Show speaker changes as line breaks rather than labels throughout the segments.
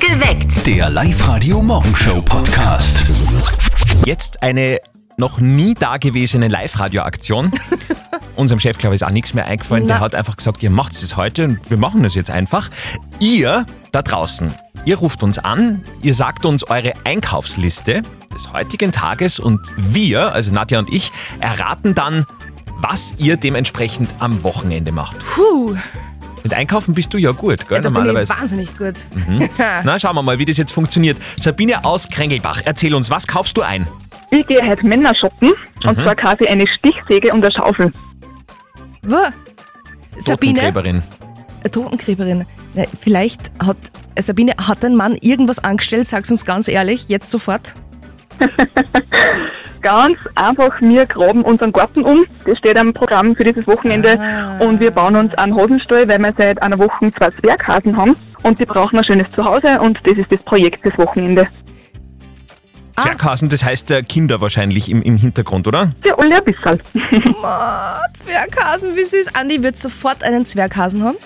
Geweckt.
Der Live-Radio-Morgenshow-Podcast.
Jetzt eine noch nie dagewesene Live-Radio-Aktion. Unserem Chef, glaube ich, ist auch nichts mehr eingefallen. Der
Na.
hat einfach gesagt, ihr macht es heute und wir machen das jetzt einfach. Ihr da draußen, ihr ruft uns an, ihr sagt uns eure Einkaufsliste des heutigen Tages und wir, also Nadja und ich, erraten dann, was ihr dementsprechend am Wochenende macht.
Puh,
Mit Einkaufen bist du ja gut, gell,
da bin ich
normalerweise. Hm.
wahnsinnig gut.
Na, schauen wir mal, wie das jetzt funktioniert. Sabine aus Krängelbach, erzähl uns, was kaufst du ein?
Ich gehe heute Männer shoppen und zwar kaufe ich eine Stichsäge und eine Schaufel.
Wo? Sabine,
Totengräberin.
äh, Totengräberin. Na, Vielleicht hat äh, Sabine, hat dein Mann irgendwas angestellt? Sag's uns ganz ehrlich, jetzt sofort.
Ganz einfach, wir graben unseren Garten um. Das steht am Programm für dieses Wochenende. Und wir bauen uns einen Hosenstall, weil wir seit einer Woche zwei Zwerghasen haben. Und die brauchen ein schönes Zuhause und das ist das Projekt des Wochenende.
Ah.
Zwerghasen, das heißt äh, Kinder wahrscheinlich im, im Hintergrund, oder?
Für alle ein bisschen.
Ah, Zwerghasen, wie süß. Andi wird sofort einen Zwerghasen haben.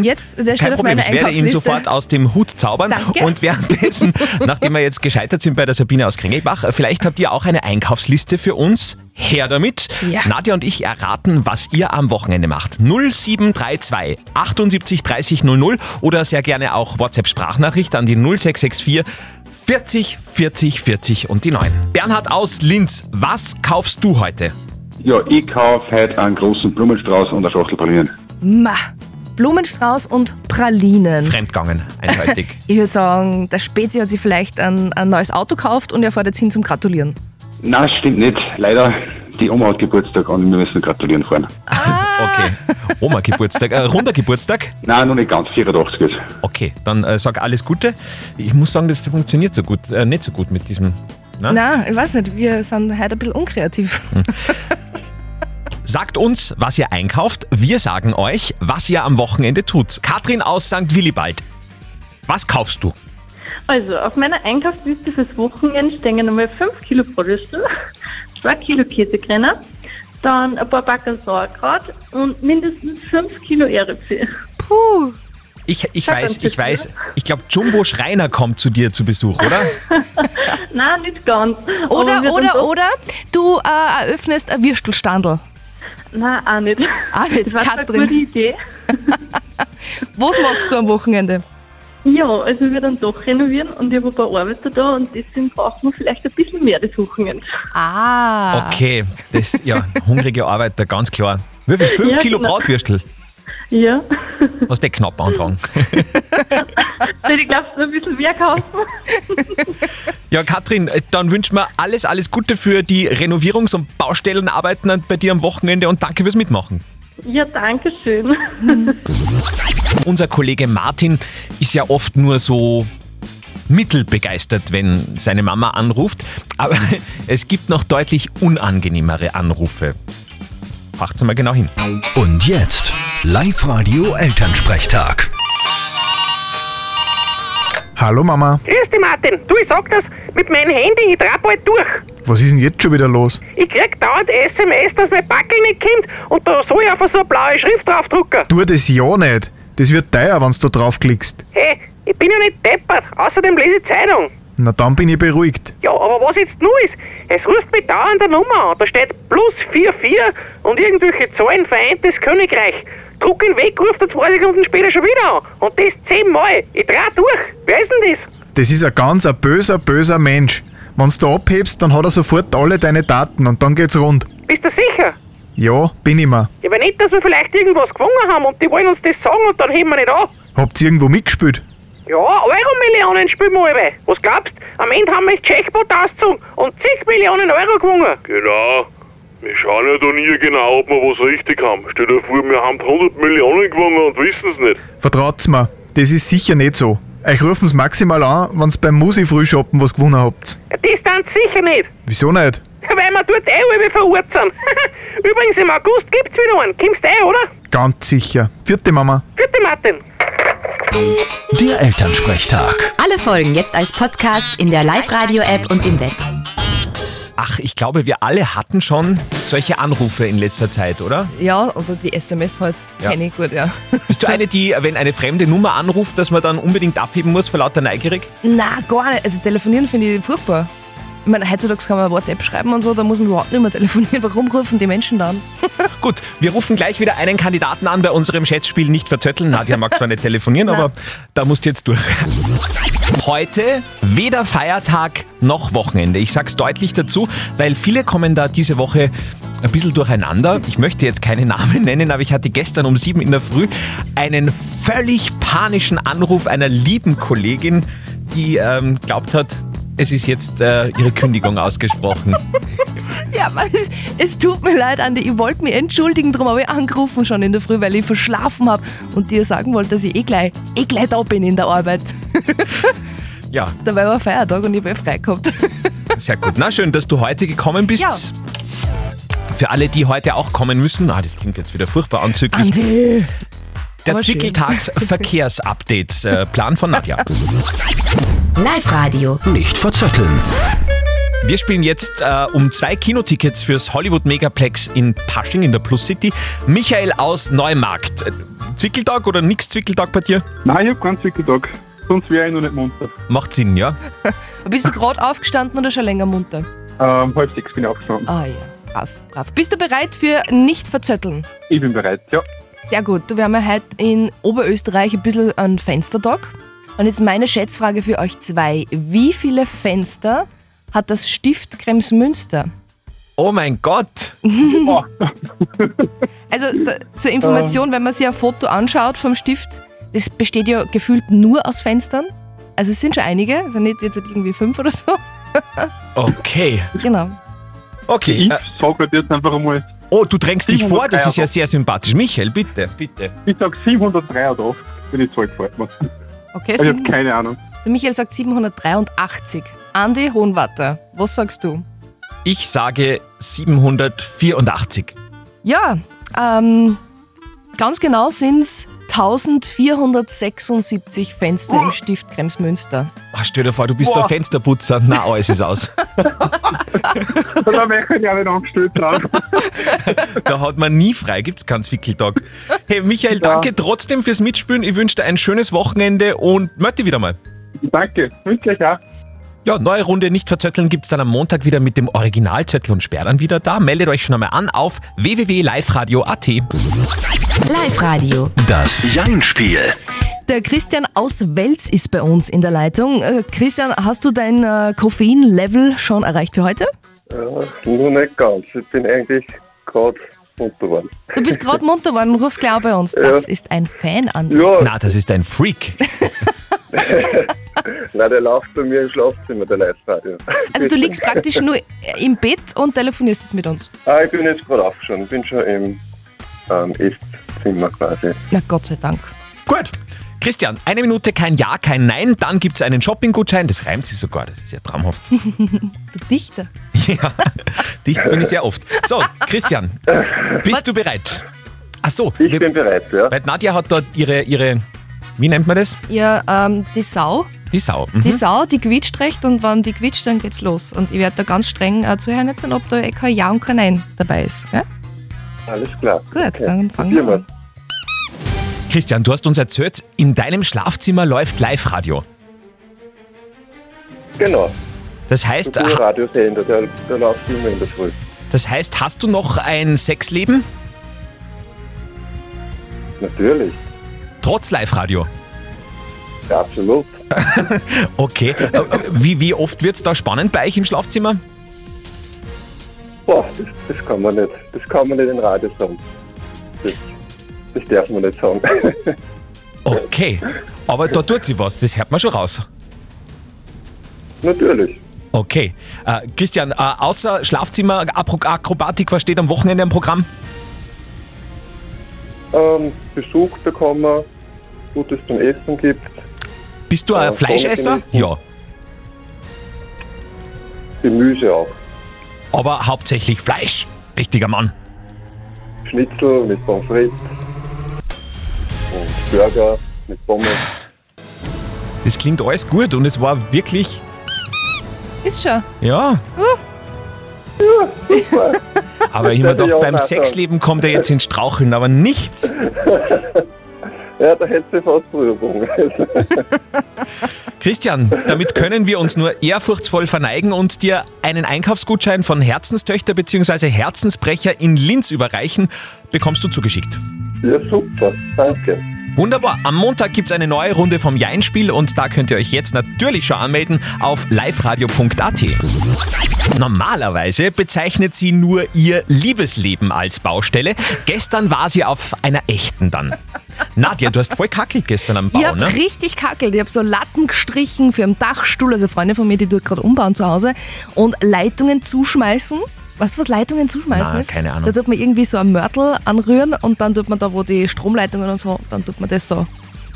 Jetzt,
Mhm. Kein
der steht auf
Problem,
meiner
ich werde ihn
Einkaufsliste.
sofort aus dem Hut zaubern.
Danke.
Und währenddessen, nachdem wir jetzt gescheitert sind bei der Sabine aus Kringelbach, vielleicht habt ihr auch eine Einkaufsliste für uns. Her damit.
Ja.
Nadja und ich erraten, was ihr am Wochenende macht. 0732 78 30 00 oder sehr gerne auch WhatsApp-Sprachnachricht an die 0664 40 40 40 und die 9. Bernhard aus Linz, was kaufst du heute?
Ja, ich kaufe heute einen großen Blumenstrauß und eine Schachtel Pralinen.
Ma, Blumenstrauß und Pralinen.
Fremdgangen, eindeutig.
Ich würde sagen, der Spezi hat sich vielleicht ein, ein neues Auto gekauft und er fährt jetzt hin zum Gratulieren.
Nein, stimmt nicht. Leider, die Oma hat Geburtstag und wir müssen gratulieren fahren.
Okay. Oma Geburtstag, äh, runder Geburtstag.
Nein, noch nicht ganz. 84 ist.
Okay, dann äh, sag alles Gute. Ich muss sagen, das funktioniert so gut, äh, nicht so gut mit diesem. Na?
Na, ich weiß nicht, wir sind heute ein bisschen unkreativ.
Hm. Sagt uns, was ihr einkauft. Wir sagen euch, was ihr am Wochenende tut. Katrin aus St. Willibald. Was kaufst du?
Also, auf meiner Einkaufsliste fürs Wochenende stehen nochmal 5 Kilo Bratwürstel, 2 Kilo Käsekrenner, dann ein paar Backer Sauerkraut und mindestens 5 Kilo Erdäpfel.
Puh,
Ich, ich
Sag
weiß,
uns
ich
bitte.
weiß. Ich glaube, Jumbo Schreiner kommt zu dir zu Besuch, oder?
Nein, nicht ganz. Aber wir
Oder,
sind
oder,
doch-
oder, du äh, eröffnest ein Würstelstandl.
Nein, auch nicht.
Auch nicht,
das war zwar
Katrin.
eine gute Idee.
Was machst du am Wochenende?
Ja, also wir dann doch renovieren und ich habe ein paar Arbeiter da und deswegen brauchen wir vielleicht ein bisschen mehr des Wochenends.
Ah.
Okay, das, ja, hungrige Arbeiter, ganz klar. Wie viel? Fünf
Ja,
Kilo
genau.
Bratwürstel.
Ja,
Hast du eh knapp antragen.
soll Also ich glaube, ein bisschen mehr kaufen.
Ja, Katrin, äh, dann wünschen wir alles, alles Gute für die Renovierungs- und Baustellenarbeiten an- bei dir am Wochenende und danke fürs Mitmachen.
Ja, danke schön.
Unser Kollege Martin ist ja oft nur so mittelbegeistert, wenn seine Mama anruft, aber es gibt noch deutlich unangenehmere Anrufe. Macht's mal genau hin.
Und jetzt Live-Radio Elternsprechtag.
Hallo Mama,
Grüß dich, Martin. Du, ich sag das mit meinem Handy, ich trau bald durch.
was ist denn jetzt schon wieder los?
Ich krieg dauernd SMS, dass mein Backel nicht kommt und da soll ich einfach so eine blaue Schrift draufdrucken.
Tu das ja nicht. Das wird teuer, wenn du draufklickst.
Hey, ich bin ja nicht deppert, außerdem lese ich Zeitung.
Na dann bin ich beruhigt.
Ja, aber was jetzt nur ist, es ruft mich dauernd eine Nummer an, da steht plus 44 und irgendwelche Zahlen Vereintes Königreich. Druck ihn weg, ruft er zwei Sekunden später schon wieder an. Und das zehnmal. Ich trau durch. Wer ist denn das?
Das ist ein ganz ein böser, böser Mensch. Wenn du abhebst, dann hat er sofort alle deine Daten und dann geht's rund.
Bist du sicher?
Ja, bin ich mir.
Ja, aber nicht, dass wir vielleicht irgendwas gewonnen haben und die wollen uns das sagen und dann heben wir nicht an.
Habt ihr irgendwo mitgespielt?
Ja, Euro-Millionen spielen wir alle. Was glaubst Am Ende haben wir das Jackpot ausgezogen und zig Millionen Euro gewonnen.
Genau. Wir schauen ja da nie genau, ob wir was richtig haben. Stell dir vor, wir haben 100 Millionen gewonnen und wissen es nicht.
Vertraut's mir, das ist sicher nicht so. Euch rufen's maximal an, wenn's beim Musi-Frühshoppen was gewonnen habt.
Das dann sicher nicht,
Wieso nicht?
weil wir dort eh alle verurteilt sind. Übrigens, im August gibt's wieder einen. Kommst eh, oder?
Ganz sicher. Vierte Mama.
Bitte, Martin.
Der Elternsprechtag.
Alle Folgen jetzt als Podcast in der Live-Radio-App und im Web.
Ach, ich glaube, wir alle hatten schon solche Anrufe in letzter Zeit, oder?
Ja, oder die SMS halt.
Ja.
Kenne ich gut, ja.
Bist du eine, die, wenn eine fremde Nummer anruft, dass man dann unbedingt abheben muss vor lauter Neugierig?
Na, gar nicht. Also telefonieren finde ich furchtbar. Ich meine, heutzutage kann man WhatsApp schreiben und so, da muss man überhaupt nicht mehr telefonieren. Warum rufen die Menschen dann?
Gut, wir rufen gleich wieder einen Kandidaten an bei unserem Schätzspiel Nicht verzötteln. Nadja mag zwar nicht telefonieren, aber da musst du jetzt durch. Heute weder Feiertag noch Wochenende. Ich sag's deutlich dazu, weil viele kommen da diese Woche ein bisschen durcheinander. Ich möchte jetzt keine Namen nennen, aber ich hatte gestern um sieben in der Früh einen völlig panischen Anruf einer lieben Kollegin, die ähm, glaubt hat, es ist jetzt äh, ihre Kündigung ausgesprochen.
Ja, weil es, es tut mir leid, Andi. Ich wollte mich entschuldigen, darum habe ich angerufen schon in der Früh, weil ich verschlafen habe und dir sagen wollte, dass ich eh gleich, eh gleich da bin in der Arbeit.
Ja,
Dabei war Feiertag und ich habe eh frei gehabt.
Sehr gut. Na schön, dass du heute gekommen bist.
Ja.
Für alle, die heute auch kommen müssen, ah, das klingt jetzt wieder furchtbar anzüglich.
Andi!
Der
aber schön.
Zwickeltags-Verkehrsupdate, äh, Plan von Nadja.
Live-Radio.
Nicht verzetteln.
Wir spielen jetzt äh, um zwei Kinotickets fürs Hollywood Megaplex in Pasching in der Plus City. Michael aus Neumarkt. Äh, Zwickeltag oder nix Zwickeltag bei dir?
Nein, ich hab keinen Zwickeltag. Sonst wäre ich noch nicht munter.
Macht Sinn, ja?
Bist du gerade aufgestanden oder schon länger munter?
Ähm, halb sechs bin ich aufgestanden.
Ah ja, brav, brav. Bist du bereit für nicht verzötteln?
Ich bin bereit, ja.
Sehr gut. Du, wir haben ja heute in Oberösterreich ein bisschen einen Fenstertag. Und jetzt meine Schätzfrage für euch zwei. Wie viele Fenster hat das Stift Kremsmünster?
Oh mein Gott!
Also da, zur Information, wenn man sich ein Foto anschaut vom Stift, das besteht ja gefühlt nur aus Fenstern. Also es sind schon einige, also nicht jetzt irgendwie fünf oder so.
Okay.
Genau.
Okay.
Ich
Äh,
sag halt jetzt einfach einmal,
oh, du drängst dich vor, das
703
ist ja sehr sympathisch. Michael, bitte, bitte.
ich sag 783, bin ich zurückgefahren.
Okay,
Ich
Also,
hab
sieben,
keine Ahnung.
der Michael sagt 783. Andi Hohenwatter, was sagst du?
Ich sage 784.
Ja, ähm, ganz genau sind es 1476 Fenster im Stift Kremsmünster.
Ah, stell dir vor, du bist der Fensterputzer. Na, alles ist aus.
Da wäre ich halt ja nicht angestellt drauf.
da hat man nie frei, gibt's keinen Zwickeltag. Hey, Michael, danke trotzdem fürs Mitspielen. Ich wünsche dir ein schönes Wochenende und melde dich wieder mal.
Danke, wünsche euch auch.
Ja, neue Runde nicht verzötteln gibt's dann am Montag wieder mit dem Originalzettel und Sperr dann wieder da. Meldet euch schon einmal an auf www.liveradio.at.
Live-Radio.
Das Jein-Spiel.
Der Christian aus Wels ist bei uns in der Leitung. Äh, Christian, hast du dein äh, Koffeinlevel schon erreicht für heute?
Nur nicht ganz. Ich bin eigentlich gerade unterwegs.
Du bist gerade munter geworden, rufst gleich auch bei uns. Das ist ein Fan, Andi.
Ja,
Na, das ist ein Freak.
nein, der läuft bei mir im Schlafzimmer, der Live-Radio.
Also du liegst praktisch nur im Bett und telefonierst jetzt mit uns.
Ah, ich bin jetzt gerade aufgestanden, bin schon im ähm, Esszimmer quasi.
Na Gott sei Dank.
Gut. Christian, eine Minute kein Ja, kein Nein, dann gibt's einen Shoppinggutschein. Das reimt sich sogar, das ist ja traumhaft.
Du Dichter.
Ja, dicht bin ich sehr oft. So, Christian, bist du bereit? Ach so,
Ich
wir-
bin bereit, ja.
weil Nadja hat dort ihre, ihre, wie nennt man das?
Ja, ähm, die Sau,
Die Sau. Mhm.
die Sau, die quietscht recht und wenn die quietscht, dann geht's los. Und ich werde da ganz streng äh, zuhören jetzt, ob da eh kein Ja und kein Nein dabei ist. Gell?
Alles klar.
Gut, dann fangen
probieren
wir
wir.
an.
Christian, du hast uns erzählt, in deinem Schlafzimmer läuft Live-Radio.
Genau.
Das heißt,
Der
ha-
Radiosender, der, der läuft immer in der Früh.
das heißt, hast du noch ein Sexleben?
Natürlich.
Trotz Live-Radio.
Ja, absolut.
Okay. Äh, äh, Wie, wie oft wird's da spannend bei euch im Schlafzimmer?
Boah, das, das kann man nicht. Das kann man nicht in Radio sagen. Das, das darf man nicht sagen.
Okay. Aber da tut sie was, das hört man schon raus.
Natürlich.
Okay. Äh, Christian, äh, außer Schlafzimmer, Apro- Akrobatik, was steht am Wochenende im Programm?
Ähm, Besuch bekommen, Gutes zum Essen gibt.
Bist du ein
Ja,
Fleischesser?
vorne bin Äh, ich.
Ja.
Gemüse auch.
Aber hauptsächlich Fleisch. Richtiger Mann.
Schnitzel mit Pommes frites und Burger mit Pommes.
Das klingt alles gut und es war wirklich,
Ist schon.
ja. Aber
Das
ich mir
hätte ich
doch,
auch
beim
auch
Sexleben kommt er jetzt ins Straucheln, aber nichts.
Ja, da hättest du fast Prüfung.
Christian, damit können wir uns nur ehrfurchtsvoll verneigen und dir einen Einkaufsgutschein von Herzenstöchter bzw. Herzensbrecher in Linz überreichen. Bekommst du zugeschickt.
Ja, super. Danke.
Wunderbar. Am Montag gibt's eine neue Runde vom Jeinspiel und da könnt ihr euch jetzt natürlich schon anmelden auf liveradio.at. Normalerweise bezeichnet sie nur ihr Liebesleben als Baustelle. Gestern war sie auf einer echten dann. Nadja, du hast voll kackelt gestern am Bau,
Ich habe
ne?
richtig kackelt. Ich habe so Latten gestrichen für einen Dachstuhl. Also Freunde von mir, die dort gerade umbauen zu Hause. Und Leitungen zuschmeißen. Weißt du, was Leitungen zuschmeißen
Na,
ist?
keine Ahnung.
Da tut man irgendwie so einen Mörtel anrühren und dann tut man da, wo die Stromleitungen und so, dann tut man das da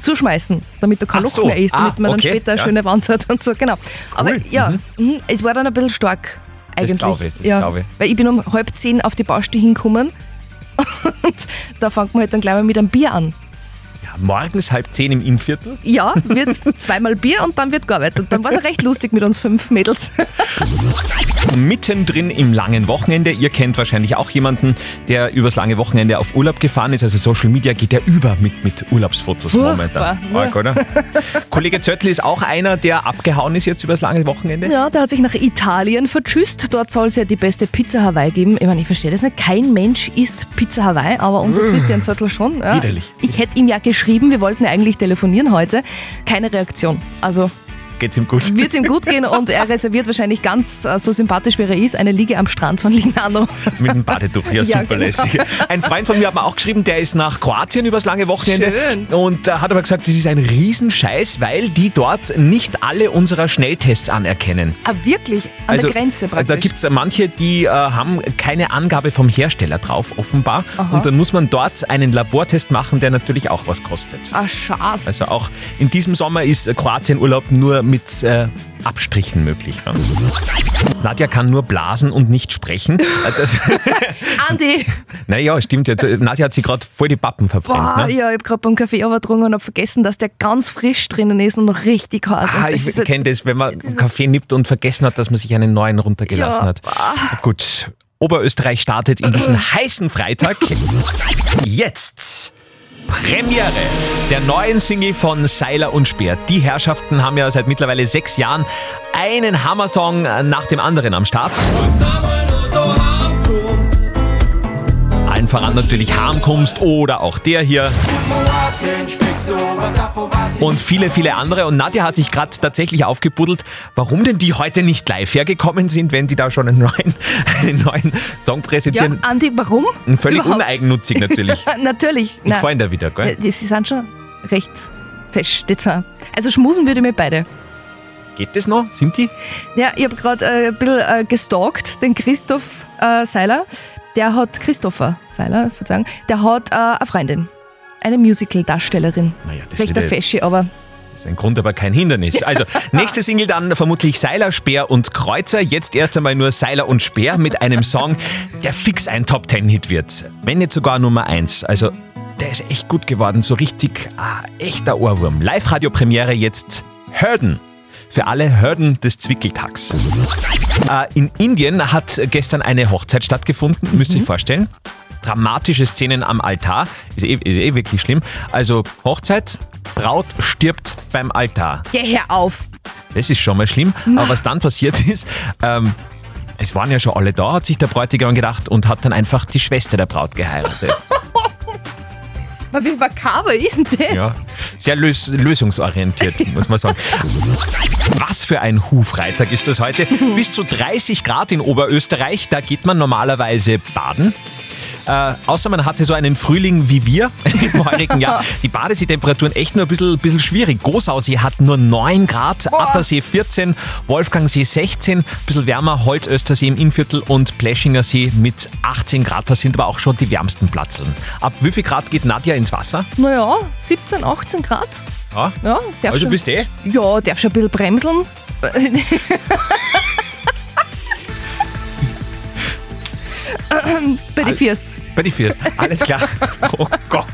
zuschmeißen, damit da kein
Ach
Loch
so.
mehr ist,
Ah,
damit man
okay,
dann später eine
ja.
schöne Wand hat und so, genau. Aber
Cool,
ja, mhm. es war dann ein bisschen stark eigentlich.
glaub ich, das
ja,
glaub ich.
Weil ich bin um halb zehn auf die Baustelle hingekommen und da fängt man halt dann gleich mal mit einem Bier an.
Morgens halb zehn im Innviertel.
Ja, wird zweimal Bier und dann wird gearbeitet. Dann war es recht lustig mit uns fünf Mädels.
mittendrin im langen Wochenende. Ihr kennt wahrscheinlich auch jemanden, der übers lange Wochenende auf Urlaub gefahren ist. Also Social Media geht ja über mit, mit Urlaubsfotos
Furchtbar, ne?
momentan.
ja.
Arg, oder? Kollege Zöttl ist auch einer, der abgehauen ist jetzt übers lange Wochenende.
Ja, der hat sich nach Italien vertschüsst. Dort soll es ja die beste Pizza Hawaii geben. Ich meine, ich verstehe das nicht. Kein Mensch isst Pizza Hawaii, aber unser Christian Zöttl schon. Ja.
Widerlich.
Ich hätte ihm ja geschrieben, wir wollten ja eigentlich telefonieren heute. Keine Reaktion. Also
Geht's ihm gut?
wird es ihm gut gehen und er reserviert wahrscheinlich ganz äh, so sympathisch, wie er ist, eine Liege am Strand von Lignano.
Mit dem Badetuch, ja,
Ja,
super
genau.
lässig. Ein Freund von mir hat mir auch geschrieben, der ist nach Kroatien übers lange Wochenende
Schön.
und äh, hat aber gesagt, das ist ein Riesenscheiß, weil die dort nicht alle unserer Schnelltests anerkennen.
Ah, wirklich? An der Grenze
Also,
praktisch.
äh, Da gibt es manche, die äh, haben keine Angabe vom Hersteller drauf, offenbar.
Aha.
Und dann muss man dort einen Labortest machen, der natürlich auch was kostet.
Ah, schade.
Also auch in diesem Sommer ist Kroatien-Urlaub nur mit äh, Abstrichen möglich. Ne? Nadja kann nur blasen und nicht sprechen. Äh, Das, Also,
Andi!
naja, stimmt. jetzt. Nadja hat sie gerade voll die Pappen verbrannt.
Boah,
ne?
ja, ich hab gerade beim Kaffee übertrunken und hab vergessen, dass der ganz frisch drinnen ist und noch richtig heiß.
Ah,
Und
ich
das ist-
kenne das, wenn man Kaffee nippt und vergessen hat, dass man sich einen neuen runtergelassen
Ja.
hat. Gut, Oberösterreich startet in diesen heißen Freitag. Jetzt Premiere der neuen Single von Seiler und Speer. Die Herrschaften haben ja seit mittlerweile sechs Jahren einen Hammersong nach dem anderen am Start. Allen voran natürlich Harmkunst oder auch der hier und viele, viele andere. Und Nadja hat sich gerade tatsächlich aufgebuddelt, warum denn die heute nicht live hergekommen sind, wenn die da schon einen neuen, einen neuen Song
ja,
präsentieren.
Andi, warum?
Völlig
Überhaupt?
uneigennützig natürlich.
natürlich.
Die gefallen da wieder, gell?
Die sie sind schon recht fesch, die zwei. Also schmusen würde ich mir beide.
Geht das noch? Sind die?
Ja, ich hab gerade äh, ein bisschen äh, gestalkt, den Christoph äh, Seiler. Der hat, Christopher Seiler, verzeihung, der hat äh, eine Freundin. Eine Musical-Darstellerin.
Naja, das wird
Recht
ja-
eine Fesche, aber
Das ist ein Grund, aber kein Hindernis. Also, nächste Single dann vermutlich Seiler, Speer und Kreuzer. Jetzt erst einmal nur Seiler und Speer mit einem Song, der fix ein Top Ten Hit wird. Wenn nicht sogar Nummer eins. Also, der ist echt gut geworden. So richtig ah, echter Ohrwurm. Live-Radio-Premiere jetzt Hürden. Für alle Hürden des Zwickeltags. Äh, in Indien hat gestern eine Hochzeit stattgefunden, müsst ihr euch vorstellen. Dramatische Szenen am Altar, ist eh, eh wirklich schlimm. Also Hochzeit, Braut stirbt beim Altar.
geh her auf.
Das ist schon mal schlimm. Aber was dann passiert ist, ähm, es waren ja schon alle da, hat sich der Bräutigam gedacht und hat dann einfach die Schwester der Braut geheiratet.
Aber Wie makaber ist denn das?
Ja, sehr lös lösungsorientiert, muss man sagen. Was für ein Hu-Freitag ist das heute? Bis zu 30 Grad in Oberösterreich, da geht man normalerweise baden. Äh, außer man hatte so einen Frühling wie wir im heurigen Jahr. Die Badeseetemperaturen echt nur ein bisschen, bisschen schwierig. Gosausee hat nur 9 Grad, Attersee 14, Wolfgangsee 16, ein bisschen wärmer, Holzöstersee im Innviertel und Pleschinger See mit 18 Grad. Das sind aber auch schon die wärmsten Platzeln. Ab wie viel Grad geht Nadja ins Wasser?
Naja, 17, 18 Grad.
Ja.
Ja, darf
Also
schon,
bist eh.
ja, darf schon ein bisschen bremseln. Bei die Viers.
Bei die Fierst. Alles klar. Oh Gott.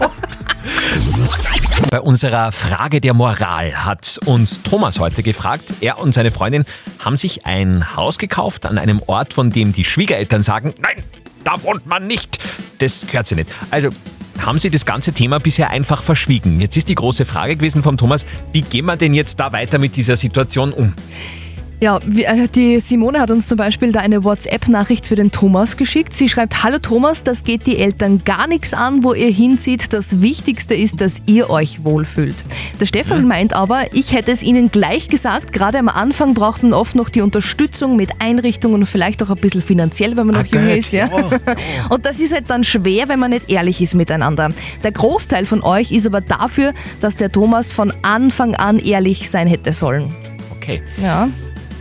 Bei unserer Frage der Moral hat uns Thomas heute gefragt. Er und seine Freundin haben sich ein Haus gekauft an einem Ort, von dem die Schwiegereltern sagen, nein, da wohnt man nicht. Das gehört sie nicht. Also haben sie das ganze Thema bisher einfach verschwiegen. Jetzt ist die große Frage gewesen vom Thomas, wie gehen wir denn jetzt da weiter mit dieser Situation um?
Ja, wir- äh, die Simone hat uns zum Beispiel da eine WhatsApp-Nachricht für den Thomas geschickt. Sie schreibt, hallo Thomas, das geht die Eltern gar nichts an, wo ihr hinzieht. Das Wichtigste ist, dass ihr euch wohlfühlt. Der Stefan meint aber, ich hätte es ihnen gleich gesagt, gerade am Anfang braucht man oft noch die Unterstützung mit Einrichtungen und vielleicht auch ein bisschen finanziell, wenn man noch jung
Geld,
ist. Ja. Und das ist halt dann schwer, wenn man nicht ehrlich ist miteinander. Der Großteil von euch ist aber dafür, dass der Thomas von Anfang an ehrlich sein hätte sollen.
Okay.
Ja.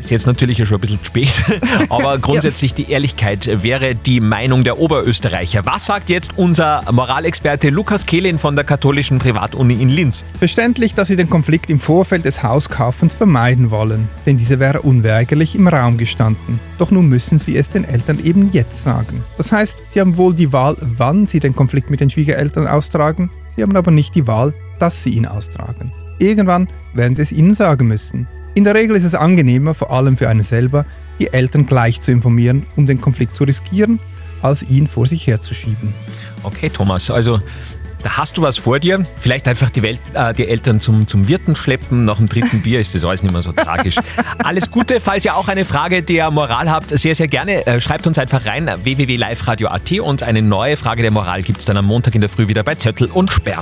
Ist jetzt natürlich ja schon ein bisschen zu spät, aber grundsätzlich die Ehrlichkeit wäre die Meinung der Oberösterreicher. Was sagt jetzt unser Moralexperte Lukas Kehlin von der katholischen Privatuni in Linz?
Verständlich, dass sie den Konflikt im Vorfeld des Hauskaufens vermeiden wollen, denn dieser wäre unweigerlich im Raum gestanden. Doch nun müssen sie es den Eltern eben jetzt sagen. Das heißt, sie haben wohl die Wahl, wann sie den Konflikt mit den Schwiegereltern austragen, sie haben aber nicht die Wahl, dass sie ihn austragen. Irgendwann werden sie es ihnen sagen müssen. In der Regel ist es angenehmer, vor allem für einen selber, die Eltern gleich zu informieren, um den Konflikt zu riskieren, als ihn vor sich herzuschieben.
Okay, Thomas, also da hast du was vor dir. Vielleicht einfach die, Welt, äh, die Eltern zum, zum Wirten schleppen. Nach dem dritten Bier ist das alles nicht mehr so tragisch. Alles Gute, falls ihr auch eine Frage der Moral habt, sehr, sehr gerne. Äh, schreibt uns einfach rein, www.liveradio.at und eine neue Frage der Moral gibt es dann am Montag in der Früh wieder bei Zöttel und Sperr.